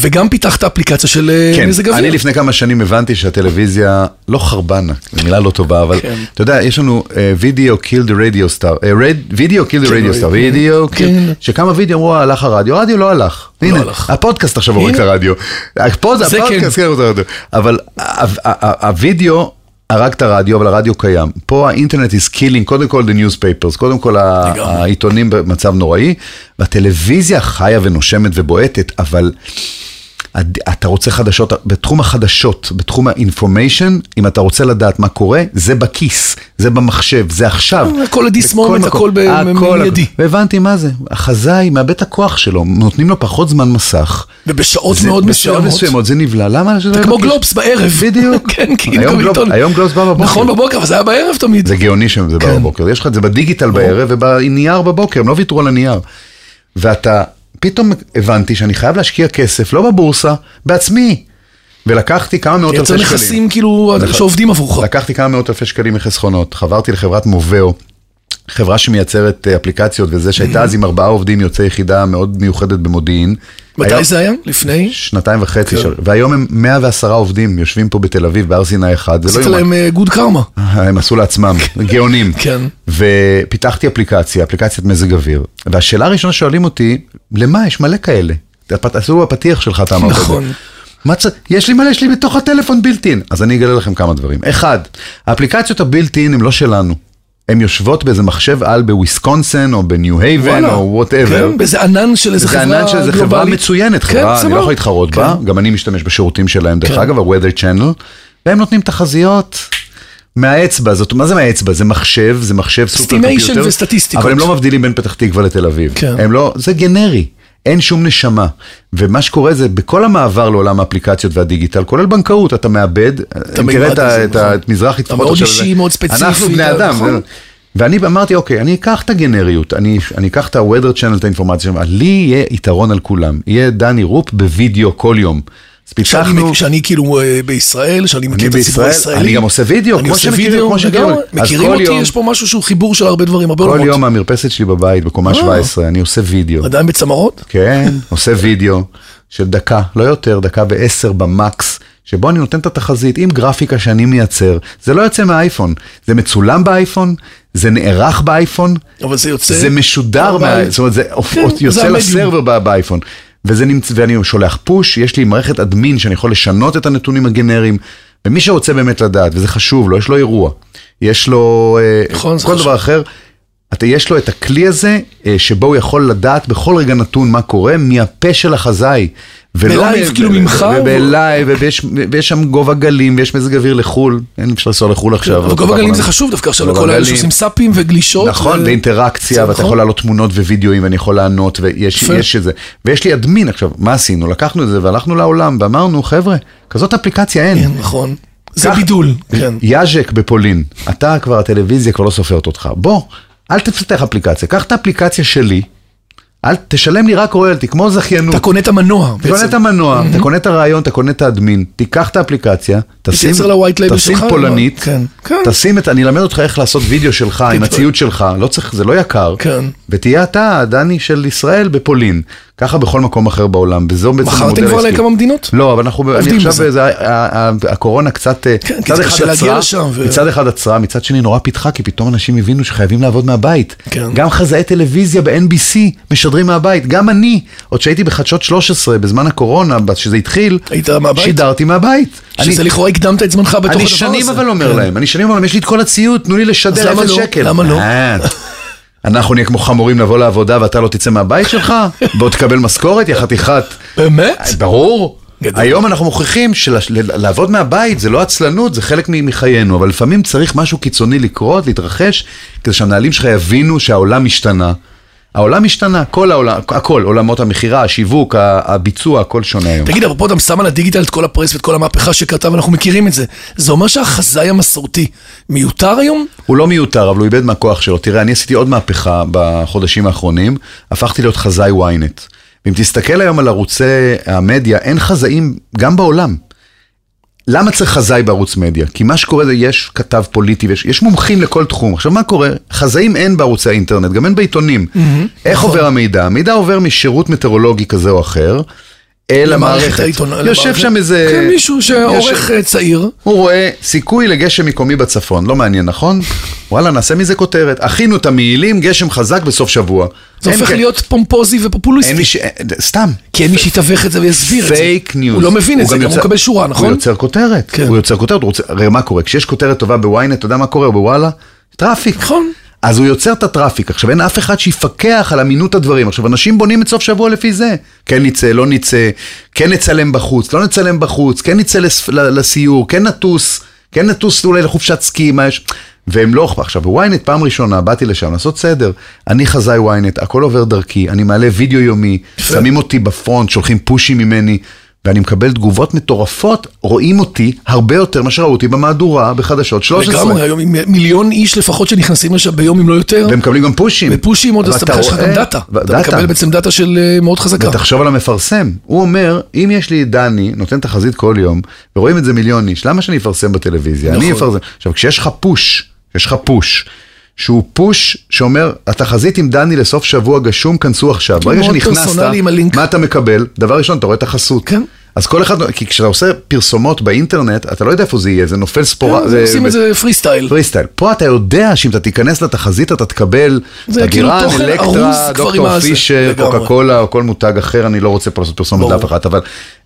Speaker 2: וגם פיתחת אפליקציה של אה,
Speaker 3: כן,
Speaker 2: מזג אוויר.
Speaker 3: אני לפני כמה שנים הבנתי שהטלוויזיה לא חרבנה, זו מילה לא טובה, אבל
Speaker 2: כן.
Speaker 3: אתה יודע, יש לנו אה, video killed the radio star, אה, red- video killed the
Speaker 2: כן,
Speaker 3: radio star,
Speaker 2: כן.
Speaker 3: video
Speaker 2: כן.
Speaker 3: killed, שכמה וידאו אמרו הלך הרדיו, הרדיו לא הלך, הנה,
Speaker 2: הלך.
Speaker 3: הפודקאסט עכשיו הוריד את
Speaker 2: הנה.
Speaker 3: הרדיו, הפוד-
Speaker 2: זה
Speaker 3: הפודקאסט כן הוריד את הרדיו, אבל ה- ה- ה- הוידאו... הרג את הרדיו, אבל הרדיו קיים. פה האינטרנט is killing, קודם כל the newspapers, קודם כל ה-
Speaker 2: לגמרי.
Speaker 3: העיתונים במצב נוראי, והטלוויזיה חיה ונושמת ובועטת, אבל הד- אתה רוצה חדשות, בתחום החדשות, בתחום האינפורמיישן, אם אתה רוצה לדעת מה קורה, זה בכיס, זה במחשב, זה עכשיו.
Speaker 2: אה, הכל at this
Speaker 3: בכל
Speaker 2: moment,
Speaker 3: מקום.
Speaker 2: הכל ב-
Speaker 3: הכל-
Speaker 2: במיידי.
Speaker 3: והבנתי מה זה, החזאי מאבד את הכוח שלו, נותנים לו פחות זמן מסך.
Speaker 2: ובשעות
Speaker 3: זה-
Speaker 2: מאוד
Speaker 3: בשעות
Speaker 2: מסוימות.
Speaker 3: מסוימות זה נבלע, למה? שזה לא
Speaker 2: אתה
Speaker 3: יהיה
Speaker 2: כמו
Speaker 3: בכיס?
Speaker 2: גלובס בערב.
Speaker 3: בדיוק.
Speaker 2: כן, כאילו
Speaker 3: היום גלוב-
Speaker 2: בעיתון.
Speaker 3: היום גלובס בא בבוקר.
Speaker 2: נכון בבוקר, אבל זה היה בערב תמיד.
Speaker 3: זה גאוני שם, זה
Speaker 2: כן.
Speaker 3: בא בבוקר. יש לך את זה בדיגיטל בערב ובנייר בבוקר, הם לא ויתרו על הנייר. ואתה, פתאום הבנתי שאני חייב להשקיע כסף, לא בבורסה, בעצמי. ולקחתי כמה מאות אלפי
Speaker 2: יצר
Speaker 3: שקלים.
Speaker 2: נכסים כאילו
Speaker 3: נכ-
Speaker 2: שעובדים עבורך.
Speaker 3: לקחתי כמה מאות אלפי שקלים מחסכונות, חברתי לחברת מובאו. חברה שמייצרת אה, אפליקציות וזה, שהייתה אז עם ארבעה עובדים יוצאי יחידה מאוד מיוחדת במודיעין.
Speaker 2: מתי
Speaker 3: היום- לא
Speaker 2: זה היה? כן. לפני?
Speaker 3: שנתיים וחצי, של- והיום הם 110 עובדים, יושבים פה בתל אביב, בהר סיני אחד, זה לא
Speaker 2: עשית
Speaker 3: יאומן.
Speaker 2: להם אה, גוד קרמה.
Speaker 3: הם עשו לעצמם, גאונים.
Speaker 2: כן.
Speaker 3: ופיתחתי אפליקציה, אפליקציית מזג אוויר. והשאלה הראשונה שואלים אותי, למה? יש מלא כאלה. הפ- אפילו בפתיח שלך אתה אמרת את זה.
Speaker 2: נכון.
Speaker 3: מה צ... יש לי מלא, יש לי בתוך הטלפון בילטין. אז אני אגלה לכם כמה דברים. אחד, האפליקציות הבילטין הן לא שלנו. הן יושבות באיזה מחשב על בוויסקונסין, או בניו הייבן,
Speaker 2: וואלה.
Speaker 3: או וואטאבר.
Speaker 2: כן, באיזה ענן של איזה
Speaker 3: זה
Speaker 2: חברה
Speaker 3: ענן
Speaker 2: גלובלית.
Speaker 3: של איזה חברה מצוינת,
Speaker 2: כן,
Speaker 3: חברה, אני
Speaker 2: סבבה.
Speaker 3: לא יכול להתחרות
Speaker 2: כן.
Speaker 3: בה, גם אני משתמש בשירותים שלהם, דרך
Speaker 2: כן.
Speaker 3: אגב, ה-Weather Channel, והם נותנים תחזיות. מהאצבע, זאת, מה זה מהאצבע? זה מחשב, זה מחשב סופר קומפיוטר.
Speaker 2: וסטטיסטיקות.
Speaker 3: אבל הם לא מבדילים בין פתח תקווה לתל אביב.
Speaker 2: כן.
Speaker 3: הם לא, זה גנרי, אין שום נשמה. ומה שקורה זה, בכל המעבר לעולם האפליקציות והדיגיטל, כולל בנקאות, אתה מאבד, אם
Speaker 2: מימד
Speaker 3: תראה את,
Speaker 2: הזה,
Speaker 3: ה- את, ה-
Speaker 2: נכון.
Speaker 3: את מזרחי תפחות
Speaker 2: מאוד
Speaker 3: עכשיו,
Speaker 2: אישי,
Speaker 3: זה-
Speaker 2: מאוד ספציפי,
Speaker 3: אנחנו בני
Speaker 2: אתה-
Speaker 3: אדם.
Speaker 2: נכון.
Speaker 3: ואני אמרתי, אוקיי, אני אקח את הגנריות, אני, אני אקח את ה-weather channel, את האינפורמציה, אבל לי יהיה יתרון על כולם. יהיה דני רופ בווידאו כל יום. אז
Speaker 2: שאני-
Speaker 3: פיתחנו,
Speaker 2: שאני כאילו אה, בישראל, שאני
Speaker 3: אני
Speaker 2: מכיר את הציבור
Speaker 3: בישראל,
Speaker 2: הישראלי.
Speaker 3: אני גם עושה וידאו,
Speaker 2: אני
Speaker 3: כמו
Speaker 2: עושה
Speaker 3: שמכירים,
Speaker 2: וידאו,
Speaker 3: כמו שמכירים.
Speaker 2: לגמרי.
Speaker 3: אז
Speaker 2: מכירים
Speaker 3: כל
Speaker 2: אותי,
Speaker 3: יום-
Speaker 2: יש פה משהו שהוא חיבור של הרבה דברים, הרבה
Speaker 3: כל
Speaker 2: עולמות.
Speaker 3: יום המרפסת שלי בבית, בקומה 17, אני עושה וידאו.
Speaker 2: עדיין בצמרות?
Speaker 3: כן, עושה וידאו של דקה, לא יותר, דקה ועשר במקס, שבו אני נותן את התחזית עם גרפיקה שאני מייצר. זה לא יוצא מהאייפון, זה מצולם באייפון, זה נערך באייפון,
Speaker 2: אבל זה יוצא...
Speaker 3: זה משודר, מה-
Speaker 2: אבל-
Speaker 3: זאת אומרת, זה אוף-
Speaker 2: כן,
Speaker 3: אוף-
Speaker 2: זה
Speaker 3: יוצא
Speaker 2: המדיום.
Speaker 3: לסרבר בא- באייפון. וזה נמצא, ואני שולח פוש, יש לי מערכת אדמין שאני יכול לשנות את הנתונים הגנריים. ומי שרוצה באמת לדעת, וזה חשוב לו, יש לו אירוע, יש לו אה,
Speaker 2: נכון, זה
Speaker 3: כל
Speaker 2: חשוב.
Speaker 3: דבר אחר, אתה, יש לו את הכלי הזה, אה, שבו הוא יכול לדעת בכל רגע נתון מה קורה, מהפה של החזאי. ולא
Speaker 2: בלייב,
Speaker 3: מ-
Speaker 2: כאילו
Speaker 3: ו-
Speaker 2: ממך,
Speaker 3: ו-
Speaker 2: או-
Speaker 3: בלייב, ויש- ויש שם גובה גלים, ויש מזג אוויר לחו"ל, אין אפשר לנסוע לחו"ל עכשיו.
Speaker 2: אבל
Speaker 3: לא
Speaker 2: גובה
Speaker 3: כל כך
Speaker 2: גלים
Speaker 3: עולם.
Speaker 2: זה חשוב דווקא עכשיו
Speaker 3: גובה
Speaker 2: לכל האלה
Speaker 3: גלים.
Speaker 2: שעושים סאפים וגלישות.
Speaker 3: נכון,
Speaker 2: ו-
Speaker 3: ואינטראקציה,
Speaker 2: זה
Speaker 3: ואתה
Speaker 2: נכון.
Speaker 3: יכול לעלות תמונות ווידאוים, ואני יכול לענות, ויש
Speaker 2: יפה.
Speaker 3: יש את זה. ויש לי אדמין עכשיו, מה עשינו? לקחנו את זה והלכנו לעולם, ואמרנו, חבר'ה, כזאת אפליקציה אין.
Speaker 2: כן, נכון. זה
Speaker 3: קח-
Speaker 2: בידול, כן.
Speaker 3: יאז'ק בפולין, אתה כבר, הטלוויזיה כבר לא סופרת אותך. בוא, אל תפתח אפליקציה, קח את האפליקציה שלי, אל תשלם לי רק רויאלטי, כמו זכיינות.
Speaker 2: אתה קונה את המנוע
Speaker 3: אתה קונה
Speaker 2: בעצם.
Speaker 3: את המנוע, אתה קונה את הרעיון, אתה קונה את האדמין, תיקח את האפליקציה, תשים,
Speaker 2: תייצר ל-white label
Speaker 3: תשים
Speaker 2: שלך,
Speaker 3: פולנית,
Speaker 2: מה? כן, כן.
Speaker 3: תשים את, אני אלמד אותך איך לעשות וידאו שלך עם
Speaker 2: תתפ-
Speaker 3: הציוד שלך, לא צריך, זה לא יקר,
Speaker 2: כן.
Speaker 3: ותהיה אתה הדני של ישראל בפולין, ככה בכל מקום אחר בעולם, וזו בעצם המודל
Speaker 2: מכרתם כבר לכמה מדינות?
Speaker 3: לא, אבל אנחנו, אני
Speaker 2: עובדים
Speaker 3: עכשיו,
Speaker 2: בזה.
Speaker 3: זה, ה- ה- ה- הקורונה קצת, אה,
Speaker 2: כן, כי
Speaker 3: מצד
Speaker 2: זה
Speaker 3: אחד
Speaker 2: קשה להגיע
Speaker 3: עצרה,
Speaker 2: לשם ו-
Speaker 3: מצד אחד עצרה, מצד שני נורא פיתחה, כי פתאום אנשים הבינו שחייבים לעבוד מהבית.
Speaker 2: כן.
Speaker 3: גם חזאי טלוויזיה ב-NBC משדרים מהבית, גם אני, עוד שהייתי בחדשות 13 בזמן הקורונה, כשזה התחיל,
Speaker 2: היית מהבית?
Speaker 3: שידרתי מהבית. אני-
Speaker 2: שזה לכאורה הקדמת את זמנך בתוך הדבר
Speaker 3: אני
Speaker 2: הזה.
Speaker 3: שנים אבל אומר
Speaker 2: כן.
Speaker 3: להם, אני שנים אומר להם, יש לי את כל הציוד, תנו לי
Speaker 2: אז
Speaker 3: לשדר
Speaker 2: למה
Speaker 3: אפס
Speaker 2: לא?
Speaker 3: שקל.
Speaker 2: למה לא?
Speaker 3: אה, אנחנו נהיה כמו חמורים לבוא לעבודה ואתה לא תצא מהבית שלך, ועוד תקבל משכורת, יא חתיכת.
Speaker 2: באמת?
Speaker 3: אה, ברור.
Speaker 2: גדול.
Speaker 3: היום אנחנו מוכיחים שלעבוד מהבית זה לא עצלנות, זה חלק מ- מחיינו, אבל לפעמים צריך משהו קיצוני לקרות, להתרחש, כדי שהמנהלים שלך יבינו שהעולם השתנה. העולם השתנה, כל העולם, הכל, עולמות המכירה, השיווק, ה- הביצוע, הכל שונה היום.
Speaker 2: תגיד, אבל פה אתה שם על הדיגיטל את כל הפרס ואת כל המהפכה שקרתה, ואנחנו מכירים את זה. זה אומר שהחזאי המסורתי מיותר היום?
Speaker 3: הוא לא מיותר, אבל הוא איבד מהכוח שלו. תראה, אני עשיתי עוד מהפכה בחודשים האחרונים, הפכתי להיות חזאי ynet. ואם תסתכל היום על ערוצי המדיה, אין חזאים גם בעולם. למה צריך חזאי בערוץ מדיה? כי מה שקורה זה יש כתב פוליטי, ויש, יש מומחים לכל תחום. עכשיו, מה קורה? חזאים אין בערוצי האינטרנט, גם אין בעיתונים. איך
Speaker 2: נכון.
Speaker 3: עובר המידע? המידע עובר משירות מטאורולוגי כזה או אחר, אל המערכת.
Speaker 2: העיתון-
Speaker 3: יושב
Speaker 2: למערכת.
Speaker 3: שם איזה...
Speaker 2: כן, מישהו שעורך אה, צעיר.
Speaker 3: הוא רואה סיכוי לגשם מקומי בצפון, לא מעניין, נכון? וואלה, נעשה מזה כותרת. אחינו את המעילים, גשם חזק בסוף שבוע.
Speaker 2: זה
Speaker 3: אין
Speaker 2: הופך
Speaker 3: כן-
Speaker 2: להיות פומפוזי
Speaker 3: אין
Speaker 2: ופופוליסטי.
Speaker 3: מי ש... אין- סתם.
Speaker 2: כי אין מי שיתווך את זה ויסביר את זה.
Speaker 3: פייק ניוז.
Speaker 2: הוא לא מבין את זה, גם הוא
Speaker 3: יוצר-
Speaker 2: מקבל שורה, נכון?
Speaker 3: הוא יוצר כותרת.
Speaker 2: כן.
Speaker 3: הוא יוצר כותרת, הוא רוצה... הרי מה קורה? כשיש כותרת טובה בוויינט, אתה יודע מה קורה בוואלה? טראפיק.
Speaker 2: נכון.
Speaker 3: אז הוא יוצר את הטראפיק. עכשיו, אין אף אחד שיפקח על אמינות הדברים. עכשיו, אנשים בונים את סוף שבוע לפי זה. כן נצא, לא נצא, כן נצלם בחוץ, לא נצלם בחוץ, כן נצא לס... ל- לסיור, כן נטוס, כן נטוס אולי לחופשת סקי, מה יש... והם לא אכפת. עכשיו, בוויינט פעם ראשונה באתי לשם לעשות סדר. אני חזאי וויינט, הכל עובר דרכי, אני מעלה וידאו יומי, שמים אותי בפרונט, שולחים פושים ממני. ואני מקבל תגובות מטורפות, רואים אותי הרבה יותר ממה שראו אותי במהדורה בחדשות 13.
Speaker 2: לגמרי, היום עם מיליון איש לפחות שנכנסים לשם ביום, אם לא יותר.
Speaker 3: והם מקבלים גם פושים.
Speaker 2: ופושים עוד,
Speaker 3: אבל
Speaker 2: אז אתה
Speaker 3: אתה
Speaker 2: יש לך
Speaker 3: רואה-
Speaker 2: גם דאטה. אתה
Speaker 3: דאטה.
Speaker 2: מקבל בעצם דאטה של אה, מאוד חזקה.
Speaker 3: ותחשוב על המפרסם, הוא אומר, אם יש לי את דני, נותן תחזית כל יום, ורואים את זה מיליון איש, למה שאני אפרסם בטלוויזיה?
Speaker 2: נכון.
Speaker 3: אני אפרסם. עכשיו, כשיש לך פוש, יש לך פוש, שהוא פוש שאומר, התחזית עם דני לסוף שבוע גשום, כנסו עכשיו. ברגע
Speaker 2: כן, מאוד
Speaker 3: שנכנסת,
Speaker 2: פרסונלי עם הלינק.
Speaker 3: מה אתה מקבל? דבר ראשון, אתה רואה את החסות.
Speaker 2: כן.
Speaker 3: אז כל אחד, כי כשאתה עושה פרסומות באינטרנט, אתה לא יודע איפה זה יהיה, זה לא נופל ספורה.
Speaker 2: כן, עושים את זה פרי סטייל.
Speaker 3: פרי סטייל. פה אתה יודע שאם אתה תיכנס לתחזית אתה תקבל
Speaker 2: זה כאילו
Speaker 3: תגירן,
Speaker 2: תוכן ארוז
Speaker 3: אלקטרה,
Speaker 2: כבר עם
Speaker 3: דוקטור
Speaker 2: הזה.
Speaker 3: פישר,
Speaker 2: לגמרי.
Speaker 3: קוקה קולה או כל מותג אחר, אני לא רוצה פה לעשות פרסומת
Speaker 2: ברור.
Speaker 3: לאף אחת, אבל...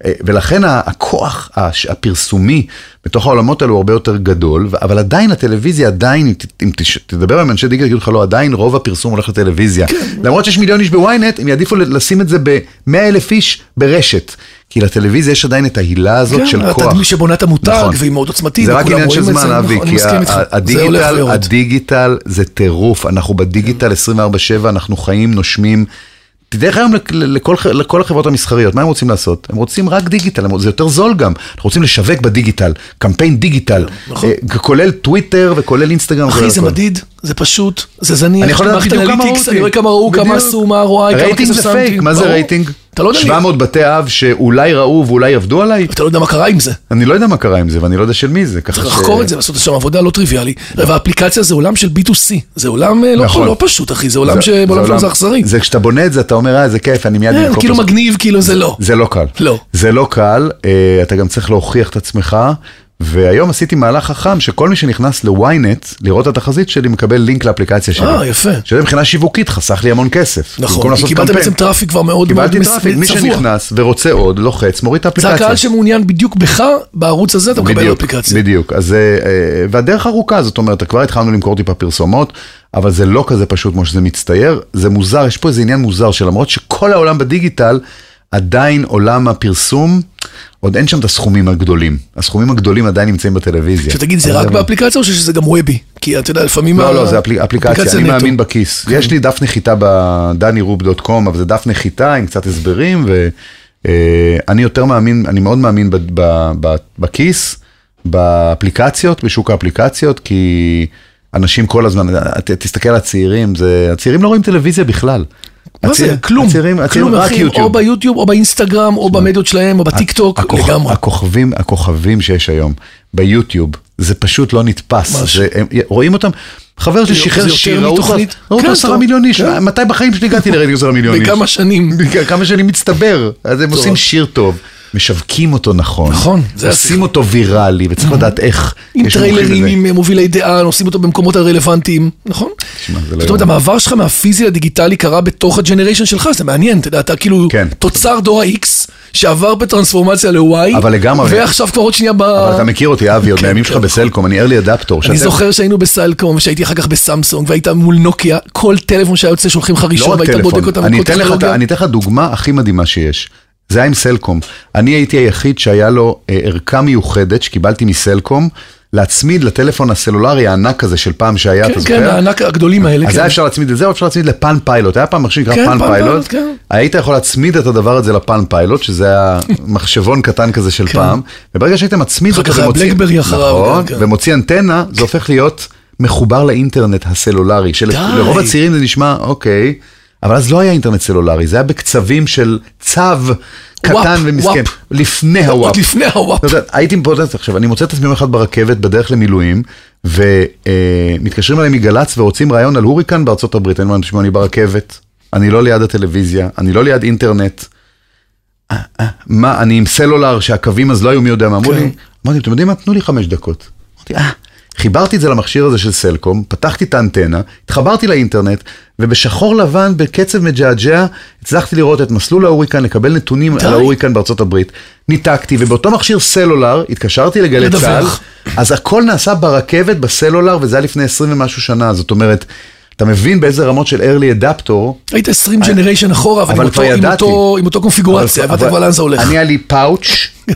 Speaker 3: אה, ולכן ה- הכוח הש- הפרסומי בתוך העולמות האלו הוא הרבה יותר גדול, ו- אבל עדיין הטלוויזיה, עדיין, אם ת- אם תש- תדבר עם אנשי דיגיטל, יגידו לך לא, עדיין רוב הפרסום הולך לטלוויזיה.
Speaker 2: כן.
Speaker 3: למרות שיש מיליון איש בוויינט, הם יעדיפו ל- לשים את זה ב-100 אלף איש ברשת. כי לטלוויזיה יש עדיין את ההילה הזאת
Speaker 2: כן,
Speaker 3: של כוח.
Speaker 2: התדמית שבונה את המותג,
Speaker 3: נכון.
Speaker 2: והיא מאוד עוצמתית,
Speaker 3: זה רק
Speaker 2: וכולם
Speaker 3: עניין של
Speaker 2: רואים את
Speaker 3: זמן,
Speaker 2: זה,
Speaker 3: אבי,
Speaker 2: נכון, אני
Speaker 3: כי
Speaker 2: מסכים
Speaker 3: ה-
Speaker 2: איתך.
Speaker 3: ה-
Speaker 2: זה הולך
Speaker 3: הדיגיטל,
Speaker 2: ויורד.
Speaker 3: הדיגיטל זה טירוף, אנחנו בדיגיטל 24/7, אנחנו חיים, נושמים. תדרך היום לכ- לכל, ח- לכל החברות המסחריות, מה הם רוצים לעשות? הם רוצים רק דיגיטל, הם רוצ- זה יותר זול גם. אנחנו רוצים לשווק בדיגיטל, קמפיין דיגיטל,
Speaker 2: נכון.
Speaker 3: אה, כולל טוויטר וכולל אינסטגרם.
Speaker 2: אחי,
Speaker 3: וכולל
Speaker 2: זה
Speaker 3: הכל.
Speaker 2: מדהיד, זה פשוט, זה זניח.
Speaker 3: אני יכול לדעת
Speaker 2: מערכת
Speaker 3: בדיוק כמה
Speaker 2: אנליטיקס,
Speaker 3: ראו
Speaker 2: אני רואה
Speaker 3: אותי.
Speaker 2: כמה ראו, כמה
Speaker 3: בדיוק.
Speaker 2: עשו, מה רואי, כמה כסף שמתי.
Speaker 3: רייטינג זה פייק, מה זה
Speaker 2: ברור.
Speaker 3: רייטינג?
Speaker 2: אתה לא יודע לי.
Speaker 3: 700 בתי אב שאולי ראו ואולי עבדו עליי?
Speaker 2: אתה לא יודע מה קרה עם זה.
Speaker 3: אני לא יודע מה קרה עם זה ואני לא יודע של מי זה. ככה
Speaker 2: צריך
Speaker 3: ש-
Speaker 2: לחקור את זה, לעשות שם עבודה לא טריוויאלי. והאפליקציה זה עולם של B2C. זה עולם אה, לא-
Speaker 3: נכון.
Speaker 2: לא פשוט, אחי, זה עולם
Speaker 3: זה- זה
Speaker 2: שבעולם שלו
Speaker 3: עולם-
Speaker 2: זה אכזרי.
Speaker 3: זה כשאתה בונה את זה, אתה אומר, אה, זה כיף, אני מיד...
Speaker 2: כן,
Speaker 3: אמכור
Speaker 2: כאילו
Speaker 3: את זה."
Speaker 2: מגניב, כאילו זה לא.
Speaker 3: זה לא קל.
Speaker 2: לא.
Speaker 3: זה לא קל, אה, אתה גם צריך להוכיח את עצמך, והיום עשיתי מהלך חכם שכל מי שנכנס ל-ynet, לראות את התחזית שלי, מקבל לינק לאפליקציה שלי.
Speaker 2: אה, יפה.
Speaker 3: שזה מבחינה שיווקית חסך לי המון כסף. במקום
Speaker 2: נכון, כי
Speaker 3: לעשות
Speaker 2: קיבלת
Speaker 3: קמפיין.
Speaker 2: בעצם טראפיק כבר מאוד מאוד
Speaker 3: קיבלתי
Speaker 2: מס-
Speaker 3: טראפיק, מי
Speaker 2: צבוע.
Speaker 3: שנכנס ורוצה עוד, לוחץ, מוריד את
Speaker 2: זה
Speaker 3: האפליקציה.
Speaker 2: הקהל שמעוניין בדיוק בך, בערוץ הזה אתה מקבל
Speaker 3: בדיוק,
Speaker 2: אפליקציה.
Speaker 3: בדיוק, אז, אה, אה, והדרך ארוכה, זאת אומרת, כבר התחלנו למכור טיפה פרסומות, אבל זה לא כזה פשוט כמו שזה מצטייר, זה מוזר, יש פה איזה עניין מוזר שלמרות שכל העולם בדיגיטל, עדיין עולם הפרסום, עוד אין שם את הסכומים הגדולים. הסכומים הגדולים עדיין נמצאים בטלוויזיה.
Speaker 2: שתגיד, זה
Speaker 3: אז
Speaker 2: רק באפליקציה או שזה גם וובי? כי אתה יודע, לפעמים... ה-
Speaker 3: לא, לא, זה אפל... אפליקציה, אני
Speaker 2: נטו. כן.
Speaker 3: מאמין בכיס. יש לי דף נחיתה בדנירוב.קום, אבל זה דף נחיתה עם קצת הסברים, ואני יותר מאמין, אני מאוד מאמין ב... ב... ב... בכיס, באפליקציות, בשוק האפליקציות, כי אנשים כל הזמן, ת... תסתכל על הצעירים, זה... הצעירים לא רואים טלוויזיה בכלל.
Speaker 2: מה זה?
Speaker 3: הצעיר-
Speaker 2: כלום.
Speaker 3: הצעירים, הצעירים
Speaker 2: כלום,
Speaker 3: רק
Speaker 2: אחי, או
Speaker 3: יוטיוב.
Speaker 2: ביוטיוב, או באינסטגרם, או במדיות שלהם, או בטיקטוק,
Speaker 3: הכוכ-
Speaker 2: לגמרי.
Speaker 3: הכוכבים, הכוכבים שיש היום, ביוטיוב. זה פשוט לא נתפס.
Speaker 2: ממש.
Speaker 3: זה, הם, רואים אותם, חבר
Speaker 2: זה
Speaker 3: ששחרר
Speaker 2: יותר
Speaker 3: שיר, ראו אותו-
Speaker 2: מתוכנית.
Speaker 3: ראו
Speaker 2: כן,
Speaker 3: אותו עשרה
Speaker 2: טוב,
Speaker 3: מיליון איש,
Speaker 2: כן.
Speaker 3: מתי בחיים שלי הגעתי לרדיו עשרה מיליון איש? כן,
Speaker 2: בכמה שנים.
Speaker 3: כמה שאני מצטבר, אז הם עושים שיר טוב, משווקים אותו נכון,
Speaker 2: נכון, זה נכון.
Speaker 3: עושים אותו ויראלי, וצריך לדעת איך.
Speaker 2: עם
Speaker 3: יש מומחים
Speaker 2: טריילרים,
Speaker 3: לזה.
Speaker 2: עם מובילי דעה, עושים אותו במקומות הרלוונטיים, נכון?
Speaker 3: תשמע, זה לא
Speaker 2: זאת אומרת,
Speaker 3: יאומן.
Speaker 2: המעבר שלך מהפיזי לדיגיטלי קרה בתוך הג'נריישן שלך, זה מעניין, אתה יודע, אתה כאילו
Speaker 3: כן.
Speaker 2: תוצר דור ה-X, שעבר בטרנספורמציה ל-Y,
Speaker 3: אבל לגמרי.
Speaker 2: ועכשיו כבר עוד שנייה ב...
Speaker 3: אבל אתה מכיר אותי, אבי, עוד
Speaker 2: כן,
Speaker 3: מהימים
Speaker 2: כן,
Speaker 3: שלך בסלקום, אני early adapter.
Speaker 2: אני
Speaker 3: שאתם-
Speaker 2: זוכר שהיינו בסלקום, שהייתי אחר כך בסמסונג, והיית מול נוקיה, כל טלפון שהיה יוצא שולחים לך
Speaker 3: לא
Speaker 2: ראשון,
Speaker 3: רק
Speaker 2: והיית בודק
Speaker 3: טלפון,
Speaker 2: אותם
Speaker 3: אני
Speaker 2: בכל
Speaker 3: אתן לך את ה-
Speaker 2: טכנולוגיה.
Speaker 3: אני אתן לך דוגמה הכי מדהימה שיש. זה היה עם סלקום. אני הייתי היחיד שהיה לו אה, ערכה מיוחדת שקיבלתי מסלקום, להצמיד לטלפון הסלולרי הענק הזה של פעם שהיה, אתה
Speaker 2: כן, כן,
Speaker 3: זוכר?
Speaker 2: הענק הגדולים האלה.
Speaker 3: אז
Speaker 2: כן.
Speaker 3: היה אפשר להצמיד את זה, או אפשר להצמיד לפן פיילוט. היה פעם מכשיר שנקרא
Speaker 2: כן,
Speaker 3: פן
Speaker 2: פן פיילוט,
Speaker 3: פיילוט.
Speaker 2: כן.
Speaker 3: היית יכול להצמיד את הדבר הזה לפן פיילוט, שזה היה מחשבון קטן כזה של פעם. וברגע שהיית מצמיד
Speaker 2: כן. אחר
Speaker 3: אותו
Speaker 2: כך היה
Speaker 3: ומוציא-
Speaker 2: בלקברי אחריו,
Speaker 3: נכון,
Speaker 2: כן, כן.
Speaker 3: ומוציא אנטנה, זה הופך להיות מחובר לאינטרנט הסלולרי, שלרוב
Speaker 2: די.
Speaker 3: הצעירים זה נשמע, אוקיי, אבל אז לא היה אינטרנט סלולרי, זה היה בקצבים של צו קטן
Speaker 2: וואפ,
Speaker 3: ומסכן,
Speaker 2: וואפ.
Speaker 3: לפני
Speaker 2: עוד
Speaker 3: הוואפ.
Speaker 2: לפני הוואפ.
Speaker 3: אתה יודע, הייתי בפודקאסט עכשיו, אני מוצא את עצמי יום אחד ברכבת בדרך למילואים, ומתקשרים אליי מגל"צ ורוצים רעיון על הוריקן בארצות הברית, אני אומר, תשמעו, אני ברכבת, אני לא ליד הטלוויזיה, אני לא ליד אינטרנט. אה, אה, מה, אני עם סלולר שהקווים אז לא היו מי יודע מה, אמרו
Speaker 2: כן.
Speaker 3: לי, אמרתי, אתם יודעים מה, תנו לי חמש דקות. אמרתי, אה. חיברתי את זה למכשיר הזה של סלקום, פתחתי את האנטנה, התחברתי לאינטרנט, ובשחור לבן, בקצב מג'עג'ע, הצלחתי לראות את מסלול ההוריקן, לקבל נתונים
Speaker 2: די.
Speaker 3: על ההוריקן בארצות הברית. ניתקתי, ובאותו מכשיר סלולר, התקשרתי לגלי
Speaker 2: לדווח.
Speaker 3: צה"ל, אז הכל נעשה ברכבת, בסלולר, וזה היה לפני 20 ומשהו שנה, זאת אומרת, אתה מבין באיזה רמות של early adapter,
Speaker 2: היית 20 ג'נריישן אחורה, אבל עם
Speaker 3: אבל
Speaker 2: אותו-
Speaker 3: כבר
Speaker 2: עם
Speaker 3: ידעתי.
Speaker 2: אותו- עם אותו קונפיגורציה,
Speaker 3: אבל-
Speaker 2: ואתה
Speaker 3: אבל-
Speaker 2: כבר לאן זה הולך.
Speaker 3: אני היה לי פאוץ'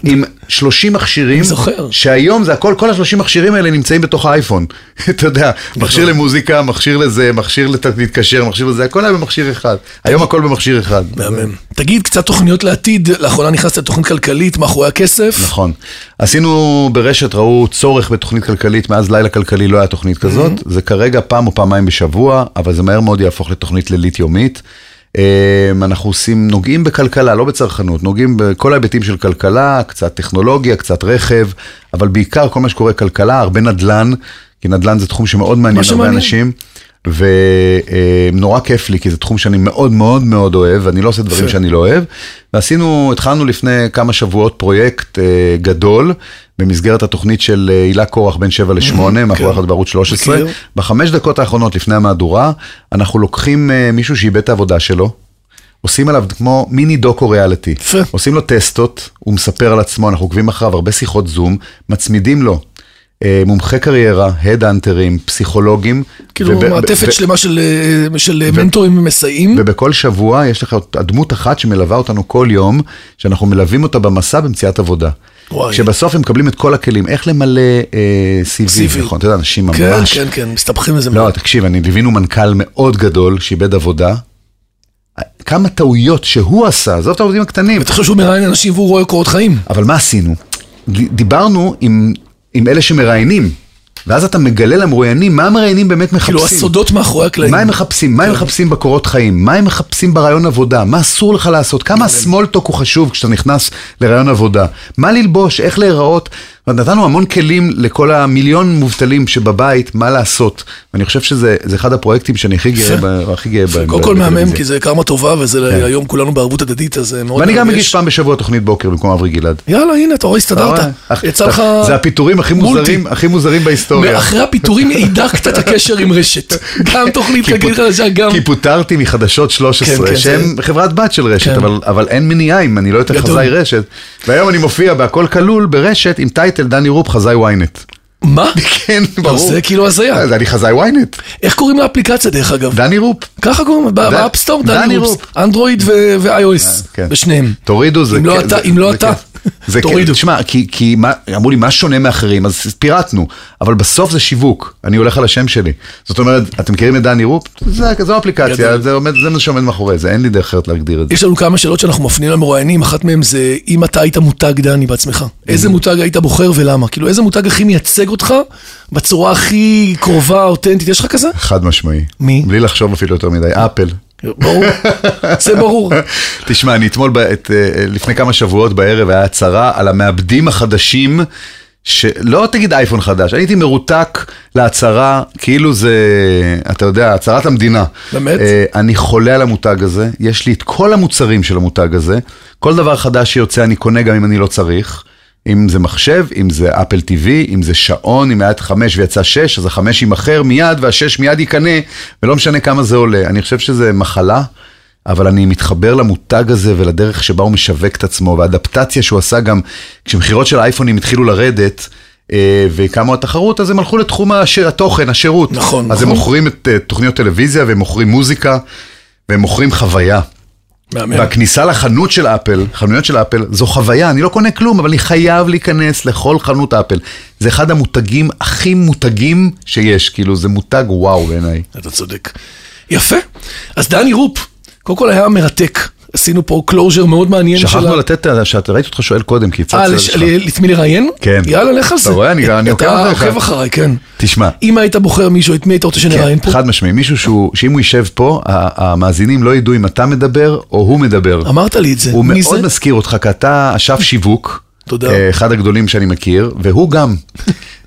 Speaker 3: עם 30 מכשירים,
Speaker 2: זוכר.
Speaker 3: שהיום זה הכל, כל ה-30 מכשירים האלה נמצאים בתוך האייפון. אתה יודע,
Speaker 2: נכון.
Speaker 3: מכשיר למוזיקה, מכשיר לזה, מכשיר לת- להתקשר, מכשיר לזה, הכל היה במכשיר אחד. היום הכל במכשיר אחד.
Speaker 2: מהמם. תגיד קצת תוכניות לעתיד, לאחרונה נכנסת לתוכנית כלכלית, מאחורי הכסף.
Speaker 3: נכון. עשינו ברשת, ראו צורך בתוכנית כלכלית, מאז לילה כלכלי לא היה תוכנית כזאת. זה כרגע פעם או פעמיים בשבוע, אבל זה מהר מאוד יהפוך לתוכנית לילית יומית. אמ, אנחנו עושים, נוגעים בכלכלה, לא בצרכנות, נוגעים בכל ההיבטים של כלכלה, קצת טכנולוגיה, קצת רכב, אבל בעיקר כל מה שקורה כלכלה, הרבה נדל"ן, כי נדל"ן זה תחום שמאוד מעניין הרבה
Speaker 2: שמעניין.
Speaker 3: אנשים. ונורא כיף לי, כי זה תחום שאני מאוד מאוד מאוד אוהב, ואני לא עושה דברים
Speaker 2: יפה.
Speaker 3: שאני לא אוהב. ועשינו, התחלנו לפני כמה שבועות פרויקט אה, גדול, במסגרת התוכנית של אה, הילה קורח בין 7 ל-8, מאחורי
Speaker 2: כן.
Speaker 3: אחת בערוץ 13.
Speaker 2: מכיר.
Speaker 3: בחמש דקות האחרונות לפני המהדורה, אנחנו לוקחים אה, מישהו שאיבד את העבודה שלו. עושים עליו כמו מיני דוקו ריאליטי.
Speaker 2: יפה.
Speaker 3: עושים לו טסטות, הוא מספר על עצמו, אנחנו עוקבים אחריו, הרבה שיחות זום, מצמידים לו אה, מומחי קריירה, הדאנטרים, פסיכולוגים.
Speaker 2: כאילו
Speaker 3: וב- ו-
Speaker 2: מעטפת שלמה של, אה, של אה, מנטורים ומסייעים.
Speaker 3: ובכל שבוע יש לך דמות אחת שמלווה אותנו כל יום, שאנחנו מלווים אותה במסע במציאת עבודה.
Speaker 2: וואי.
Speaker 3: שבסוף הם מקבלים את כל הכלים, איך למלא אה, CV,
Speaker 2: CV.
Speaker 3: נכון, אתה יודע, אנשים ממש...
Speaker 2: כן, כן, כן, מסתבכים לזה.
Speaker 3: לא,
Speaker 2: מאוד.
Speaker 3: תקשיב, אני ליווינו מנכ"ל מאוד גדול שאיבד עבודה. כמה טעויות שהוא עשה, עזוב את העובדים הקטנים.
Speaker 2: ואתה חושב שהוא מראיין אנשים והוא רואה קורות חיים.
Speaker 3: אבל מה עשינו? ד- דיברנו עם, עם אלה שמראיינים, ואז אתה מגלה למרואיינים מה המראיינים באמת מחפשים.
Speaker 2: כאילו הסודות כן. מאחורי הקלעים.
Speaker 3: מה הם מחפשים? מה הם מחפשים בקורות חיים? מה הם מחפשים ברעיון עבודה? מה אסור לך לעשות? כמה
Speaker 2: כן.
Speaker 3: הסמולטוק הוא חשוב כשאתה נכנס לרעיון עבודה? מה ללבוש? איך להיראות? זאת אומרת, נתנו המון כלים לכל המיליון מובטלים שבבית, מה לעשות. ואני חושב שזה זה אחד הפרויקטים שאני הכי גאה
Speaker 2: יפה.
Speaker 3: ב- הכי גאה בהם.
Speaker 2: קודם כל מהמם,
Speaker 3: בטלוויזיה. כן.
Speaker 2: כי זה קרמה טובה, וזה היום כולנו בערבות הדדית, אז זה מאוד
Speaker 3: ואני גם
Speaker 2: מרגש.
Speaker 3: מגיש פעם בשבוע תוכנית בוקר במקום אברי גלעד.
Speaker 2: יאללה, הנה, לא, אתה רואה,
Speaker 3: אתה
Speaker 2: הסתדרת.
Speaker 3: רואה?
Speaker 2: יצא לך...
Speaker 3: אה, זה הפיטורים הכי
Speaker 2: מולטי.
Speaker 3: מוזרים, הכי מוזרים בהיסטוריה.
Speaker 2: אחרי הפיטורים הידקת את הקשר עם רשת. גם תוכנית
Speaker 3: כי
Speaker 2: כלכלית
Speaker 3: פוט-
Speaker 2: חדשה, גם...
Speaker 3: כי פוטרתי מחדשות
Speaker 2: כן,
Speaker 3: 13,
Speaker 2: כן,
Speaker 3: שהם חברת בת של רשת,
Speaker 2: כן.
Speaker 3: אבל- אבל אין מניעה אם אני לא יותר
Speaker 2: גדול.
Speaker 3: חזאי רשת. והיום אני מופיע בהכל כלול ברשת עם טייטל דני רופ חזאי ynet.
Speaker 2: מה?
Speaker 3: כן, ברור.
Speaker 2: זה כאילו הזיה.
Speaker 3: אז אני חזאי ynet,
Speaker 2: איך קוראים לאפליקציה, דרך אגב?
Speaker 3: דני רופ.
Speaker 2: ככה קוראים, ב-
Speaker 3: ד-
Speaker 2: באפסטור,
Speaker 3: דני
Speaker 2: דני רופס,
Speaker 3: רופס.
Speaker 2: אנדרואיד ו- ו-iOS,
Speaker 3: כן.
Speaker 2: בשניהם.
Speaker 3: תורידו זה.
Speaker 2: אם לא
Speaker 3: כן,
Speaker 2: אתה-
Speaker 3: זה-
Speaker 2: אם לא
Speaker 3: זה
Speaker 2: אתה,
Speaker 3: כן. זה כן,
Speaker 2: תורידו.
Speaker 3: תשמע, כי- כי מה- אמרו לי מה שונה מאחרים, אז פירטנו, אבל בסוף זה שיווק, אני הולך על השם שלי. זאת אומרת, אתם מכירים את דני רופ? זה- זו אפליקציה,
Speaker 2: גדול.
Speaker 3: זה עומד- זה מה שעומד מאחורי זה, אין לי דרך אחרת להגדיר את זה.
Speaker 2: יש לנו כמה שאלות שאנחנו מפנים למרואיינים, אחת מהן זה אם אתה היית מותג, דני, בעצמך. איזה
Speaker 3: Mm-hmm.
Speaker 2: מותג היית בוחר ולמה? כאילו, איזה מותג הכי מייצג אותך בצורה הכי קרובה, אותנטית? יש לך כזה?
Speaker 3: חד משמעי.
Speaker 2: מי?
Speaker 3: בלי לחשוב אפילו יותר מדי, אפל.
Speaker 2: ברור. זה ברור.
Speaker 3: תשמע, אני אתמול, ב- את, אה, לפני כמה שבועות בערב, היה הצהרה על המעבדים החדשים שלא תגיד אייפון חדש, אני הייתי מרותק להצהרה, כאילו זה, אתה יודע, הצהרת המדינה.
Speaker 2: באמת?
Speaker 3: אה, אני חולה על המותג הזה, יש לי את כל המוצרים של המותג הזה, כל דבר חדש שיוצא אני קונה גם אם אני לא צריך. אם זה מחשב, אם זה אפל TV, אם זה שעון, אם היה את חמש ויצא שש, אז החמש יימכר מיד והשש מיד ייקנה, ולא משנה כמה זה עולה. אני חושב שזה מחלה, אבל אני מתחבר למותג הזה ולדרך שבה הוא משווק את עצמו, והאדפטציה שהוא עשה גם, כשמכירות של האייפונים התחילו לרדת, אה, וקמו התחרות, אז הם הלכו לתחום השיר, התוכן, השירות.
Speaker 2: נכון,
Speaker 3: אז הם
Speaker 2: נכון.
Speaker 3: מוכרים את אה, תוכניות טלוויזיה, והם מוכרים מוזיקה, והם מוכרים חוויה.
Speaker 2: מהמם.
Speaker 3: והכניסה לחנות של אפל, חנויות של אפל, זו חוויה, אני לא קונה כלום, אבל אני חייב להיכנס לכל חנות אפל. זה אחד המותגים הכי מותגים שיש, כאילו, זה מותג וואו בעיניי.
Speaker 2: אתה צודק. יפה. אז דני רופ, קודם כל היה מרתק. עשינו פה קלוז'ר מאוד מעניין של...
Speaker 3: שכחנו
Speaker 2: ה-
Speaker 3: לתת, שאתה ראיתי אותך שואל קודם, כי
Speaker 2: אה,
Speaker 3: הצצתי
Speaker 2: לש- ל- את מי לראיין?
Speaker 3: כן.
Speaker 2: יאללה, לך על
Speaker 3: אתה
Speaker 2: זה.
Speaker 3: רואה, אני- אני עוקב
Speaker 2: אתה
Speaker 3: אחריך.
Speaker 2: עוקב אחריי, כן.
Speaker 3: תשמע. כן,
Speaker 2: אם היית בוחר מישהו, את מי היית רוצה שנראיין פה?
Speaker 3: חד משמעי, מישהו שהוא, שאם הוא יישב פה, ה- המאזינים לא ידעו אם אתה מדבר או הוא מדבר.
Speaker 2: אמרת לי את זה.
Speaker 3: הוא
Speaker 2: מי
Speaker 3: מאוד
Speaker 2: זה?
Speaker 3: מזכיר אותך, כי אתה אשף שיווק.
Speaker 2: תודה.
Speaker 3: אה, אחד הגדולים שאני מכיר, והוא גם.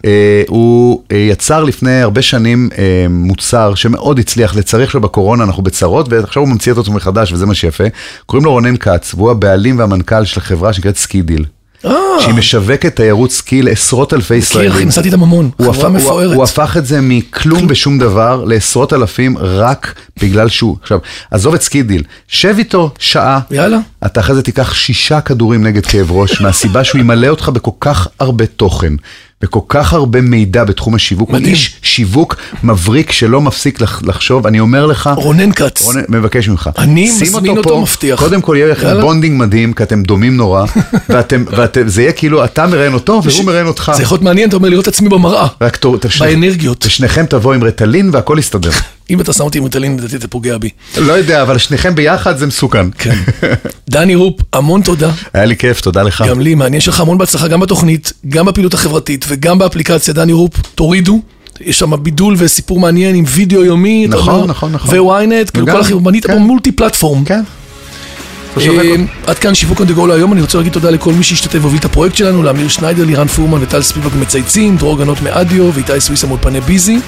Speaker 3: אה, הוא אה, יצר לפני הרבה שנים אה, מוצר שמאוד הצליח, לצריך שלו בקורונה, אנחנו בצרות, ועכשיו הוא ממציא את עצמו מחדש, וזה מה שיפה. קוראים לו רונן כץ, והוא הבעלים והמנכ"ל של חברה שנקראת סקידיל.
Speaker 2: אה,
Speaker 3: שהיא משווקת תיירות סקי לעשרות אלפי
Speaker 2: מכיר, אחי,
Speaker 3: ישראלים.
Speaker 2: נסעתי את הממון.
Speaker 3: הוא
Speaker 2: חברה
Speaker 3: הפך- הוא, הוא
Speaker 2: מפוארת.
Speaker 3: הפך את זה מכלום ושום דבר לעשרות אלפים רק בגלל שהוא, עכשיו, עזוב את סקידיל, שב איתו שעה,
Speaker 2: יאללה.
Speaker 3: אתה אחרי זה תיקח שישה כדורים נגד כאב ראש, מהסיבה שהוא ימלא אותך בכל כך הרבה תוכן, בכל כך הרבה מידע בתחום השיווק. הוא
Speaker 2: מדהים.
Speaker 3: איש שיווק מבריק שלא מפסיק לח, לחשוב, אני אומר לך...
Speaker 2: רונן כץ.
Speaker 3: רונן, מבקש ממך.
Speaker 2: אני
Speaker 3: שים
Speaker 2: מזמין אותו,
Speaker 3: פה,
Speaker 2: מבטיח.
Speaker 3: קודם כל יהיה לכם
Speaker 2: יאללה.
Speaker 3: בונדינג מדהים, כי אתם דומים נורא, ואתם, ואתם, זה יהיה כאילו אתה מראיין אותו והוא מראיין אותך.
Speaker 2: זה יכול להיות מעניין, אתה אומר, לראות את עצמי במראה.
Speaker 3: רק תור- תשלח-
Speaker 2: באנרגיות.
Speaker 3: ושניכם תבואו עם רטלין והכל יסתדר.
Speaker 2: אם אתה שם אותי עם ריטלין, לדעתי אתה פוגע בי.
Speaker 3: לא יודע, אבל שניכם ביחד זה מסוכן.
Speaker 2: כן. דני רופ, המון תודה.
Speaker 3: היה לי כיף, תודה לך.
Speaker 2: גם לי, מעניין שלך המון בהצלחה גם בתוכנית, גם בפעילות החברתית וגם באפליקציה דני רופ, תורידו. יש שם בידול וסיפור מעניין עם וידאו יומי. אתה
Speaker 3: נכון,
Speaker 2: אומר,
Speaker 3: נכון, נכון.
Speaker 2: ו-ynet, כאילו
Speaker 3: וגם-
Speaker 2: כל החיבור, בנית פה
Speaker 3: כן.
Speaker 2: מולטי פלטפורם.
Speaker 3: כן.
Speaker 2: אה, עד כאן שיווק אונדה גול היום, אני רוצה להגיד תודה לכל מי שהשתתף והוביל את הפרויקט שלנו, לאמיר שניידר, לירן פורמן וטל ספיבק מצייצים, דרור גנות מאדיו ואיתי סוויסה מאולפני ביזי.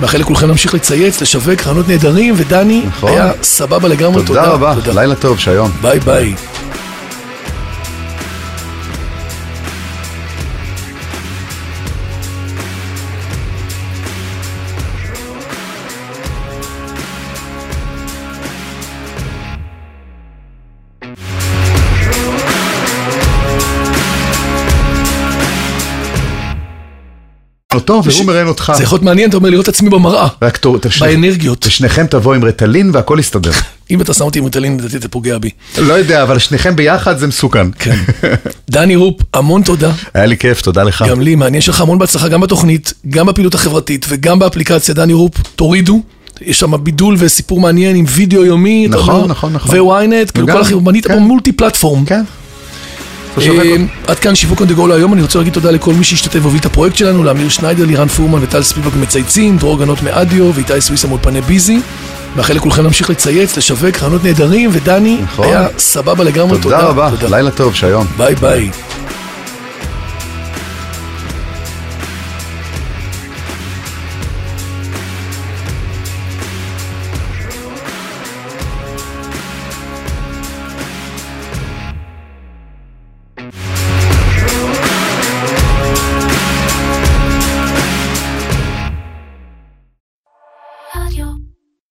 Speaker 2: מאחל לכולכם להמשיך לצייץ, לשווק, רעיונות נהדרים, ודני
Speaker 3: נכון.
Speaker 2: היה סבבה לגמרי, תודה.
Speaker 3: תודה רבה,
Speaker 2: תודה.
Speaker 3: לילה טוב, שהיום.
Speaker 2: ביי ביי.
Speaker 3: אותו
Speaker 2: ש-
Speaker 3: והוא מראיין אותך.
Speaker 2: זה יכול להיות מעניין, אתה אומר לראות את עצמי במראה.
Speaker 3: רק תור- תשני-
Speaker 2: באנרגיות.
Speaker 3: ושניכם תבואו עם רטלין והכל יסתדר.
Speaker 2: אם אתה שם אותי עם ריטלין, לדעתי אתה פוגע בי.
Speaker 3: לא יודע, אבל שניכם ביחד זה מסוכן.
Speaker 2: כן. דני רופ, המון תודה.
Speaker 3: היה לי כיף, תודה לך.
Speaker 2: גם לי, מעניין שלך המון בהצלחה גם בתוכנית, גם בפעילות החברתית וגם באפליקציה דני רופ, תורידו. יש שם בידול וסיפור מעניין עם וידאו יומי. אתה
Speaker 3: נכון,
Speaker 2: אומר,
Speaker 3: נכון, נכון.
Speaker 2: ו-ynet, כאילו
Speaker 3: וגם-
Speaker 2: כל החיבור, בנית
Speaker 3: כן.
Speaker 2: פה מולטי פלטפורם.
Speaker 3: כן.
Speaker 2: אה, עד כאן שיווק אונדה גול היום, אני רוצה להגיד תודה לכל מי שהשתתף והוביל את הפרויקט שלנו, לאמיר שניידר, לירן פורמן וטל ספיבק מצייצים, דרור גנות מאדיו ואיתי סוויסה מאולפני ביזי. מאחל לכולכם להמשיך לצייץ, לשווק, רעיונות נהדרים, ודני
Speaker 3: נכון.
Speaker 2: היה סבבה לגמרי,
Speaker 3: תודה רבה,
Speaker 2: תודה.
Speaker 3: לילה טוב, שהיום.
Speaker 2: ביי ביי.